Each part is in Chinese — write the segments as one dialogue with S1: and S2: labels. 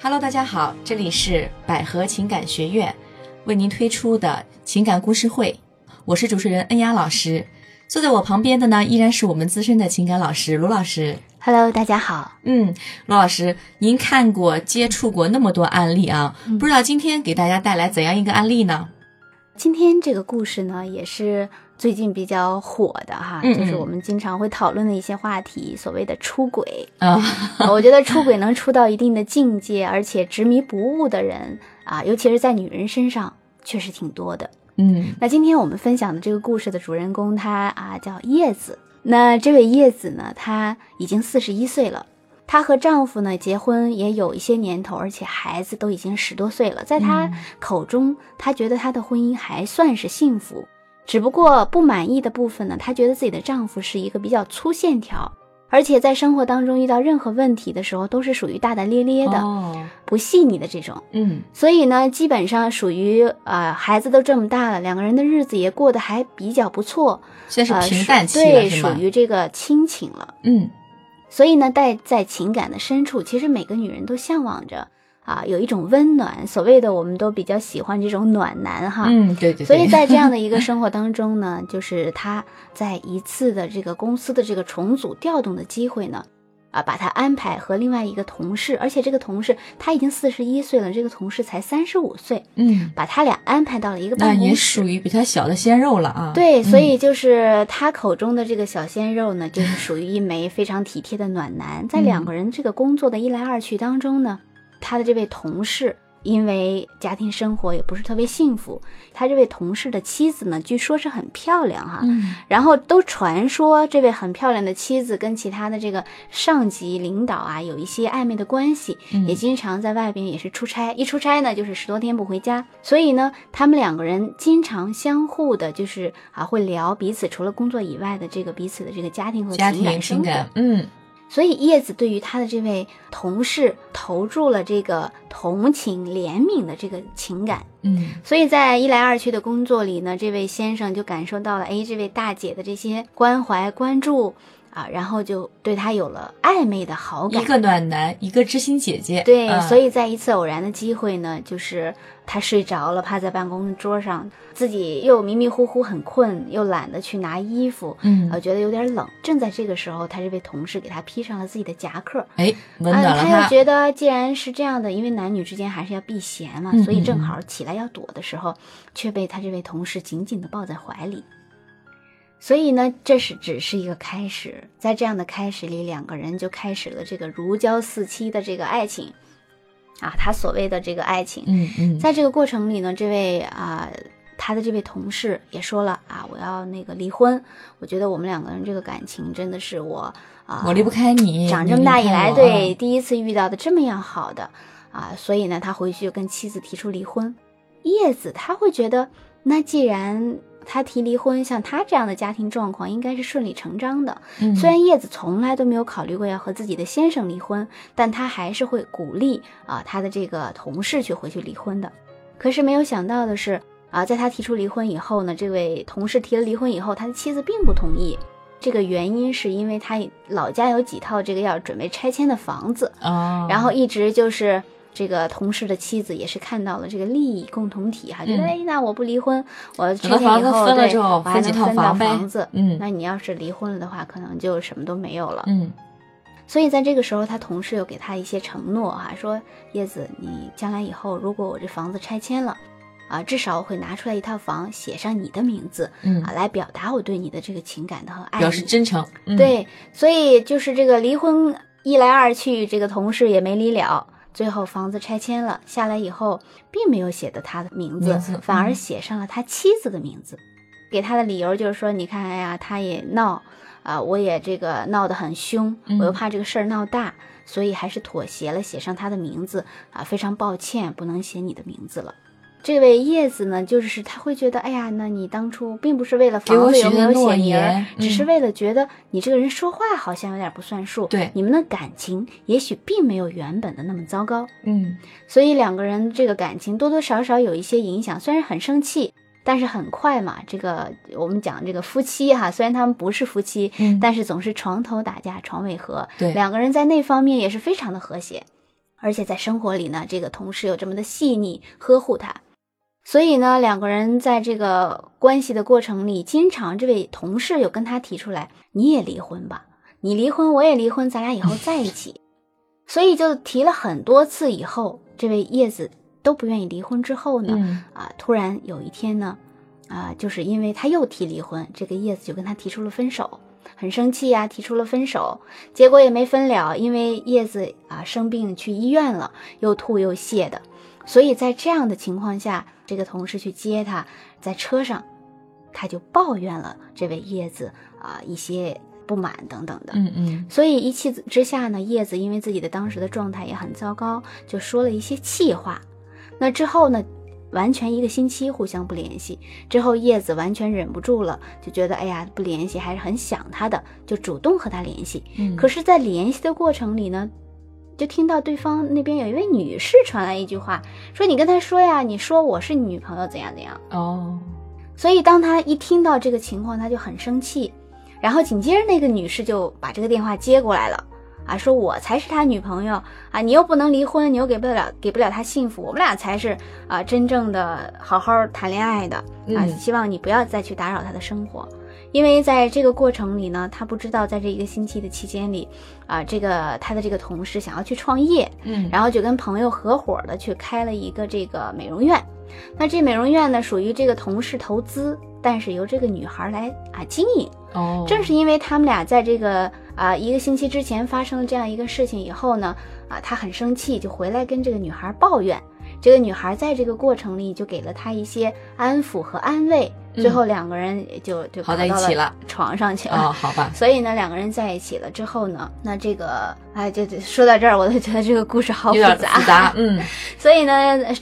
S1: Hello，大家好，这里是百合情感学院为您推出的情感故事会，我是主持人恩雅老师。坐在我旁边的呢，依然是我们资深的情感老师卢老师。
S2: Hello，大家好。
S1: 嗯，罗老师，您看过、接触过那么多案例啊，
S2: 嗯
S1: 不知道今天给大家带来怎样一个案例呢？
S2: 今天这个故事呢，也是最近比较火的哈，
S1: 嗯嗯
S2: 就是我们经常会讨论的一些话题，所谓的出 轨。
S1: 啊、
S2: 啊我觉得出轨能出到一定的境界，而且执迷不悟的人啊，尤其是在女人身上，确实挺多的。
S1: 嗯
S2: 那今天我们分享的这个故事的主人公，他啊叫叶子。那这位叶子呢，她已经四十一岁了。她和丈夫呢结婚也有一些年头，而且孩子都已经十多岁了。在她口中，她觉得她的婚姻还算是幸福，只不过不满意的部分呢，她觉得自己的丈夫是一个比较粗线条，而且在生活当中遇到任何问题的时候都是属于大大咧咧的、
S1: 哦，
S2: 不细腻的这种。
S1: 嗯
S2: 所以呢，基本上属于呃，孩子都这么大了，两个人的日子也过得还比较不错，
S1: 算是
S2: 呃，
S1: 平淡期
S2: 属
S1: 了、
S2: 对，
S1: 是
S2: 属
S1: 吗？
S2: 于这个亲情了。
S1: 嗯
S2: 所以呢，在在情感的深处，其实每个女人都向往着啊、有一种温暖。所谓的我们都比较喜欢这种暖男哈。
S1: 嗯，对对对，
S2: 啊所以在这样的一个生活当中呢，就是她在一次的这个公司的这个重组调动的机会呢，啊，把她安排和另外一个同事，而且这个同事她已经四十一岁了，这个同事才三十五岁，
S1: 嗯，
S2: 把他俩安排到了一个
S1: 那
S2: 办
S1: 也
S2: 公室。
S1: 属于比他小的鲜肉了啊。
S2: 对，
S1: 嗯
S2: 所以就是他口中的这个小鲜肉呢，就是属于一枚非常体贴的暖男。
S1: 嗯
S2: 在两个人这个工作的一来二去当中呢，他的这位同事因为家庭生活也不是特别幸福，他这位同事的妻子呢，据说是很漂亮哈，
S1: 嗯
S2: 然后都传说这位很漂亮的妻子跟其他的这个上级领导啊有一些暧昧的关系，
S1: 嗯
S2: 也经常在外边也是出差，一出差呢就是十多天不回家，所以呢他们两个人经常相互的就是啊会聊彼此除了工作以外的这个彼此的这个家庭和
S1: 家
S2: 情
S1: 庭
S2: 感生
S1: 情
S2: 活，
S1: 感，嗯
S2: 所以叶子对于她的这位同事投注了这个同情怜悯的这个情感。
S1: 嗯
S2: 所以在一来二去的工作里呢，这位先生就感受到了，哎，这位大姐的这些关怀关注啊，然后就对她有了暧昧的好感
S1: 一。个暖男，一个知心姐姐。
S2: 对，
S1: 嗯
S2: 所以在一次偶然的机会呢，就是她睡着了，趴在办公桌上，自己又迷迷糊糊，很困，又懒得去拿衣服，呃，
S1: 嗯，
S2: 觉得有点冷。正在这个时候，她这位同事给她披上了自己的夹克，
S1: 哎，温
S2: 啊，
S1: 暖了
S2: 他又
S1: 他。
S2: 觉得既然是这样的，因为男女之间还是要避嫌嘛，
S1: 嗯
S2: 所以
S1: 嗯
S2: 正
S1: 嗯
S2: 好起来要躲的时候，却被他这位同事紧紧地抱在怀里。所以呢，这是只是一个开始，在这样的开始里，两个人就开始了这个如胶似漆的这个爱情，啊，他所谓的这个爱情。
S1: 嗯嗯，
S2: 在这个过程里呢，这位啊、他的这位同事也说了啊，我要那个离婚，我觉得我们两个人这个感情真的是我啊，
S1: 我离不开你。
S2: 长
S1: 你
S2: 这么
S1: 离
S2: 大
S1: 开
S2: 以来，
S1: 我
S2: 对，第一次遇到的这么样好的啊，所以呢，他回去跟妻子提出离婚。叶子他会觉得，那既然他提离婚，像他这样的家庭状况应该是顺理成章的。
S1: 嗯
S2: 虽然叶子从来都没有考虑过要和自己的先生离婚，但她还是会鼓励啊她的这个同事去回去离婚的。可是没有想到的是啊，在她提出离婚以后呢，这位同事提了离婚以后，他的妻子并不同意。这个原因是因为他老家有几套这个要准备拆迁的房子，
S1: 哦，
S2: 然后一直就是这个同事的妻子也是看到了这个利益共同体哈，觉得
S1: 嗯
S2: 哎，那我不离婚，我
S1: 等
S2: 拆
S1: 到
S2: 迁
S1: 房
S2: 以
S1: 子
S2: 后
S1: 分了
S2: 对
S1: 之后
S2: 我还
S1: 分几
S2: 能
S1: 套
S2: 分到
S1: 房呗
S2: 房子，
S1: 嗯
S2: 那你要是离婚了的话，可能就什么都没有了。
S1: 嗯
S2: 所以在这个时候，他同事又给他一些承诺哈、说叶子，你将来以后如果我这房子拆迁了，啊，至少我会拿出来一套房，写上你的名字
S1: 嗯
S2: 啊，，来表达我对你的这个情感的和爱意。
S1: 表示真诚。嗯，
S2: 对，所以就是这个离婚一来二去，这个同事也没离了。最后房子拆迁了下来以后，并没有写的他的名字，
S1: 名字
S2: 反而
S1: 嗯
S2: 写上了他妻子的名字。给他的理由就是说，你看，哎呀，他也闹，啊、我也这个闹得很凶，我又
S1: 嗯
S2: 怕这个事儿闹大，所以还是妥协了，写上他的名字。啊、非常抱歉，不能写你的名字了。这位叶子呢，就是他会觉得，哎呀，那你当初并不是为了
S1: 给
S2: 房
S1: 我
S2: 子
S1: 许
S2: 有没
S1: 的
S2: 有
S1: 诺
S2: 写名儿
S1: 言，
S2: 只是
S1: 嗯
S2: 为了觉得你这个人说话好像有点不算数。
S1: 对
S2: 你们的感情也许并没有原本的那么糟糕，
S1: 嗯
S2: 所以两个人这个感情多多少少有一些影响。虽然很生气，但是很快嘛，这个我们讲这个夫妻哈，虽然他们不是夫妻，
S1: 嗯，
S2: 但是总是床头打架床尾和，
S1: 对
S2: 两个人在那方面也是非常的和谐。而且在生活里呢，这个同事又这么的细腻呵护她，所以呢，两个人在这个关系的过程里，经常这位同事有跟她提出来，你也离婚吧，你离婚我也离婚，咱俩以后在一起。所以就提了很多次以后，这位叶子都不愿意离婚之后呢，
S1: 嗯
S2: 啊，突然有一天呢，啊，就是因为他又提离婚，这个叶子就跟他提出了分手，很生气呀、提出了分手，结果也没分了，因为叶子啊生病去医院了，又吐又泻的，所以在这样的情况下，这个同事去接他，在车上，他就抱怨了这位叶子啊一些不满等等的，
S1: 嗯嗯
S2: 所以一气之下呢，叶子因为自己的当时的状态也很糟糕，就说了一些气话。那之后呢，完全一个星期互相不联系。之后叶子完全忍不住了，就觉得哎呀不联系还是很想他的，就主动和他联系。
S1: 嗯，
S2: 可
S1: 是
S2: 是，在联系的过程里呢，就听到对方那边有一位女士传来一句话，说你跟他说呀，你说我是你女朋友怎样怎样。
S1: 哦，
S2: 所以当他一听到这个情况，他就很生气。然后紧接着那个女士就把这个电话接过来了，啊，说我才是他女朋友啊，你又不能离婚，你又给不了给不了他幸福，我们俩才是啊真正的好好谈恋爱的啊，
S1: 嗯
S2: 希望你不要再去打扰他的生活。因为在这个过程里呢，他不知道在这一个星期的期间里，啊，这个他的这个同事想要去创业，
S1: 嗯，
S2: 然后就跟朋友合伙的去开了一个这个美容院。那这美容院呢，属于这个同事投资，但是由这个女孩来啊经营。
S1: 哦，
S2: 正是因为他们俩在这个啊一个星期之前发生了这样一个事情以后呢，啊，他很生气，就回来跟这个女孩抱怨。这个女孩在这个过程里就给了他一些安抚和安慰，
S1: 嗯
S2: 最后两个人也就就
S1: 好在
S2: 跑到
S1: 一起了，
S2: 床上去了。
S1: 哦，好吧，
S2: 所以呢，两个人在一起了之后呢，那这个哎，就就说到这儿，我就觉得这个故事好
S1: 有
S2: 复
S1: 点
S2: 杂。
S1: 复杂，嗯
S2: 所以呢，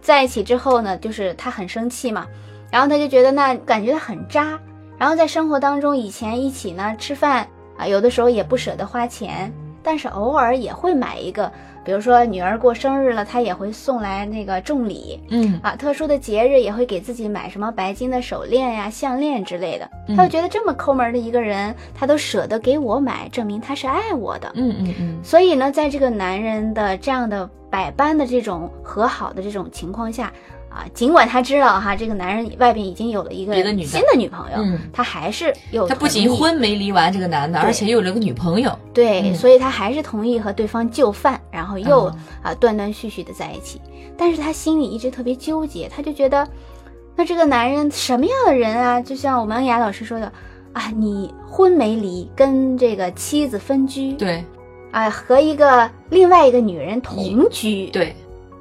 S2: 在一起之后呢，就是他很生气嘛，然后他就觉得那感觉他很渣。然后在生活当中，以前一起呢吃饭啊，有的时候也不舍得花钱，但是偶尔也会买一个，比如说女儿过生日了，他也会送来那个重礼，
S1: 嗯
S2: 啊，特殊的节日也会给自己买什么白金的手链呀、项链之类的。他
S1: 嗯
S2: 就觉得这么抠门儿的一个人，他都舍得给我买，证明他是爱我的。
S1: 嗯嗯嗯，
S2: 所以呢，在这个男人的这样的百般的这种和好的这种情况下，啊，尽管他知道哈，这个男人外边已经有了一个
S1: 别的女的
S2: 新的女朋友，
S1: 嗯
S2: 他还是有
S1: 他不
S2: 同
S1: 仅
S2: 意
S1: 婚没离完这个男的，
S2: 对
S1: 而且又有了个女朋友，
S2: 对，
S1: 嗯
S2: 所以他还是同意和对方就范，然后又啊
S1: 哦、
S2: 断断续续的在一起。但是他心里一直特别纠结，他就觉得，那这个男人什么样的人啊？就像我们雅老师说的啊，你婚没离，跟这个妻子分居，
S1: 对
S2: 啊，和一个另外一个女人同居，，
S1: 对，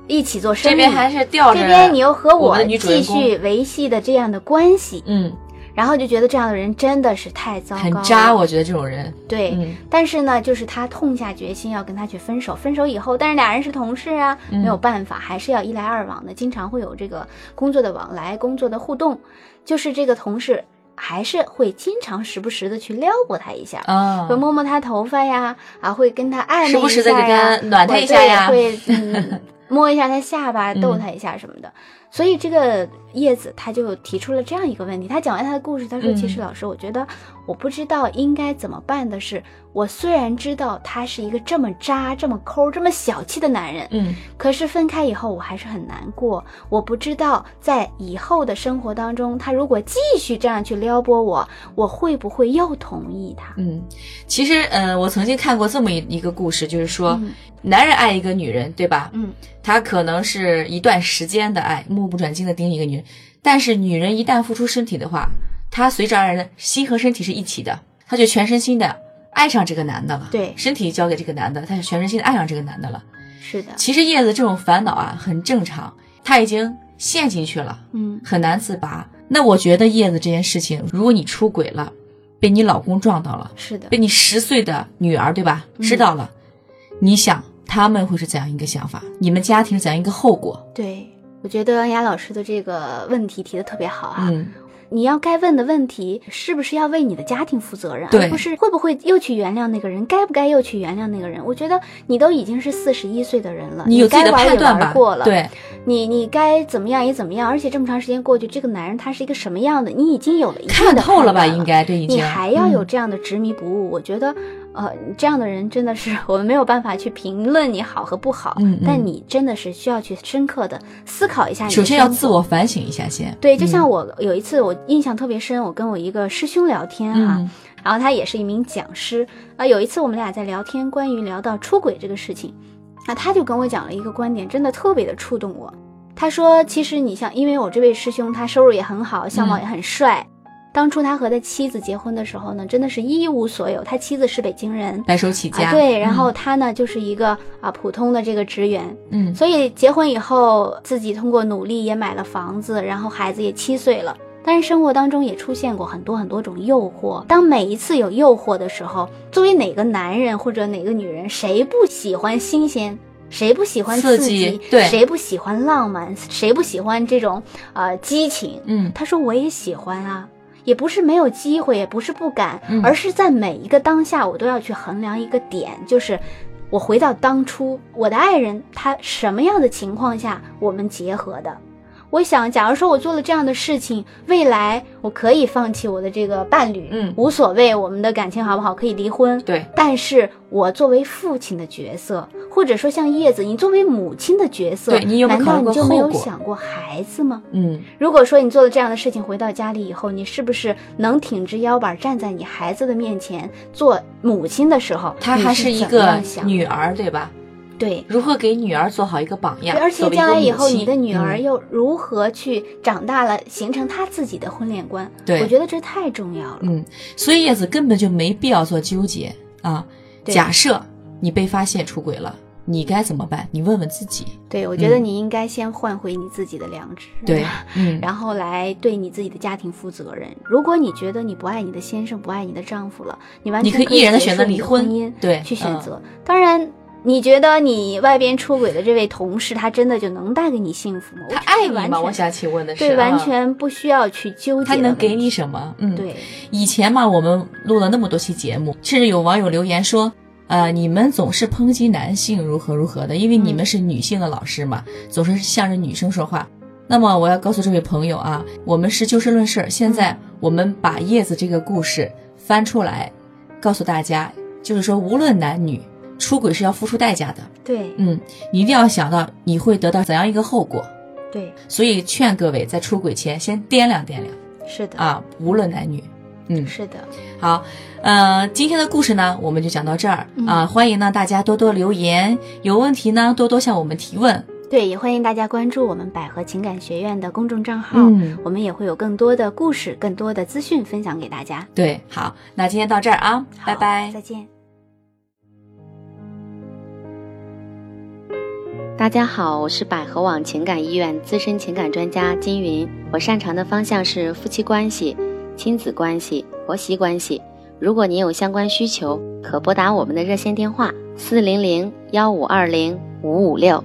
S2: 一起做生
S1: 这
S2: 意，
S1: 边还是吊着，
S2: 这边你又和
S1: 我
S2: 我
S1: 们的女主
S2: 继
S1: 人公
S2: 续维系的这样的关系，
S1: 嗯
S2: 然后就觉得这样的人真的是太糟糕了，
S1: 很渣，我觉得这种人，
S2: 对，
S1: 嗯
S2: 但是呢，就是他痛下决心要跟他去分手。分手以后，但是俩人是同事啊，
S1: 嗯
S2: 没有办法，还是要一来二往的，经常会有这个工作的往来、工作的互动。就是这个同事还是会经常时不时的去撩拨他一下，
S1: 啊
S2: 会，摸摸他头发呀，啊，会跟他暧昧一下呀，
S1: 时不时地给他暖他一下呀
S2: 或者对会 嗯摸一下他下巴，
S1: 嗯
S2: 逗他一下什么的。所以这个叶子他就提出了这样一个问题，他讲完他的故事，他说：“
S1: 嗯
S2: 其实老师，我觉得我不知道应该怎么办的是，我虽然知道他是一个这么渣、这么抠、这么小气的男人，
S1: 嗯
S2: 可是分开以后我还是很难过。我不知道在以后的生活当中，他如果继续这样去撩拨我，我会不会又同意他？”
S1: 嗯，其实呃，我曾经看过这么一一个故事，就是说，
S2: 嗯
S1: 男人爱一个女人，对吧？
S2: 嗯，
S1: 他可能是一段时间的爱，目不转睛的盯一个女人，但是女人一旦付出身体的话，她随之而来的心和身体是一起的，她就全身心的爱上这个男的了。
S2: 对
S1: 身体交给这个男的，她就全身心的爱上这个男的了。
S2: 是的，
S1: 其实叶子这种烦恼啊，很正常，她已经陷进去了。
S2: 嗯
S1: 很难自拔。那我觉得叶子这件事情，如果你出轨了，被你老公撞到了，，
S2: 是的
S1: 被，你十岁的女儿对吧
S2: 嗯
S1: 知道了，你想他们会是怎样一个想法？你们家庭是怎样一个后果？
S2: 对。我觉得雅老师的这个问题提的特别好啊！
S1: 嗯，
S2: 你要该问的问题是不是要为你的家庭负责任，
S1: 对
S2: 而不是会不会又去原谅那个人，该不该又去原谅那个人？我觉得你都已经是四十一岁的人了，
S1: 你有自己
S2: 该
S1: 的
S2: 玩
S1: 判
S2: 也
S1: 断
S2: 玩
S1: 吧？
S2: 过了，，
S1: 对，
S2: 你你该怎么样也怎么样，而且这么长时间过去，这个男人他是一个什么样的，你已经有了一定
S1: 看
S2: 的
S1: 透了吧？
S2: 判断
S1: 应该对，已经
S2: 你还要有
S1: 嗯
S2: 这样的执迷不悟，我觉得呃，这样的人真的是我们没有办法去评论你好和不好，
S1: 嗯嗯
S2: 但你真的是需要去深刻的思考一下你
S1: 嗯
S2: 的
S1: 首先要
S2: 生活
S1: 自我反省一下先。嗯
S2: 对，就像我有一次我印象特别深，我跟我一个师兄聊天哈、啊
S1: 嗯
S2: 然后他也是一名讲师啊、有一次我们俩在聊天，关于聊到出轨这个事情，啊，他就跟我讲了一个观点，真的特别的触动我。他说，其实你像，因为我这位师兄他收入也很好，相貌也很帅。当初他和他妻子结婚的时候呢，真的是一无所有。他妻子是北京人
S1: 白手起家。
S2: 啊，对，然后他呢就是一个啊普通的这个职员，
S1: 嗯，嗯
S2: 所以结婚以后，自己通过努力也买了房子，然后孩子也七岁了。但是生活当中也出现过很多很多种诱惑。当每一次有诱惑的时候，作为哪个男人或者哪个女人，谁不喜欢新鲜？谁不喜欢
S1: 刺
S2: 刺激？
S1: 激对
S2: 谁不喜欢浪漫？谁不喜欢这种呃激情？
S1: 嗯，
S2: 他说我也喜欢啊，也不是没有机会，也不是不敢，
S1: 嗯
S2: 而是在每一个当下，我都要去衡量一个点，就是我回到当初，我的爱人他什么样的情况下我们结合的。我想，假如说我做了这样的事情，未来我可以放弃我的这个伴侣，
S1: 嗯
S2: 无所谓，我们的感情好不好，可以离婚，
S1: 对，
S2: 但是我作为父亲的角色，或者说像叶子，你作为母亲的角色，
S1: 对你有没有
S2: 难
S1: 考
S2: 道
S1: 虑过
S2: 你就没
S1: 后
S2: 有
S1: 果
S2: 想过孩子吗？
S1: 嗯，
S2: 如果说你做了这样的事情，回到家里以后，你是不是能挺直腰板站在你孩子的面前做母亲的时候，
S1: 她
S2: 你
S1: 还
S2: 是
S1: 一
S2: 怎么
S1: 个
S2: 样想
S1: 女儿，对吧？
S2: 对。
S1: 如何给女儿做好一个榜样？
S2: 而
S1: 作为
S2: 且
S1: 一个
S2: 将来以
S1: 母
S2: 后，
S1: 亲
S2: 你的女儿
S1: 嗯
S2: 又如何去长大了，形成她自己的婚恋观？
S1: 对
S2: 我觉得这太重要了。
S1: 嗯，所以叶子根本就没必要做纠结啊。
S2: 对
S1: 假设你被发现出轨了，你该怎么办？你问问自己。
S2: 对，我觉得
S1: 嗯
S2: 你应该先换回你自己的良知。
S1: 对，嗯，
S2: 然后来对你自己的家庭负责任。如果你觉得你不爱你的先生、不爱你的丈夫了，你完
S1: 你
S2: 全
S1: 可以毅
S2: 以
S1: 然地
S2: 结
S1: 选
S2: 束
S1: 择
S2: 你
S1: 离
S2: 的
S1: 婚
S2: 婚姻
S1: 对
S2: 去选
S1: 嗯
S2: 择。当然，你觉得你外边出轨的这位同事，他真的就能带给你幸福吗？我
S1: 他
S2: 觉得
S1: 爱你
S2: 完
S1: 吗？我
S2: 全
S1: 想请问的是，
S2: 对，完
S1: 啊
S2: 全不需要去纠结。
S1: 他能给你？什么？嗯，。
S2: 对，
S1: 以前嘛，我们录了那么多期节目，甚至有网友留言说，呃，你们总是抨击男性如何如何的，因为你们是女性的老师嘛，总是向着女生说话。那么我要告诉这位朋友啊，我们是就事论事儿。现在我们把叶子这个故事翻出来，告诉大家，就是说无论男女，出轨是要付出代价的。
S2: 对，
S1: 嗯，你一定要想到你会得到怎样一个后果。
S2: 对，
S1: 所以劝各位在出轨前先掂量掂量
S2: 是的，
S1: 啊，无论男女。嗯，
S2: 是的，
S1: 好，呃，今天的故事呢，我们就讲到这儿啊、
S2: 嗯
S1: 欢迎呢大家多多留言，有问题呢多多向我们提问。
S2: 对，也欢迎大家关注我们百合情感学院的公众账号。
S1: 嗯，
S2: 我们也会有更多的故事、更多的资讯分享给大家。
S1: 对，好，那今天到这儿啊，
S2: 好
S1: 拜拜。
S2: 再见。
S3: 大家好，我是百合网情感医院资深情感专家金云。我擅长的方向是夫妻关系、亲子关系、婆媳关系。如果您有相关需求，可拨打我们的热线电话四零零幺五二零五五六。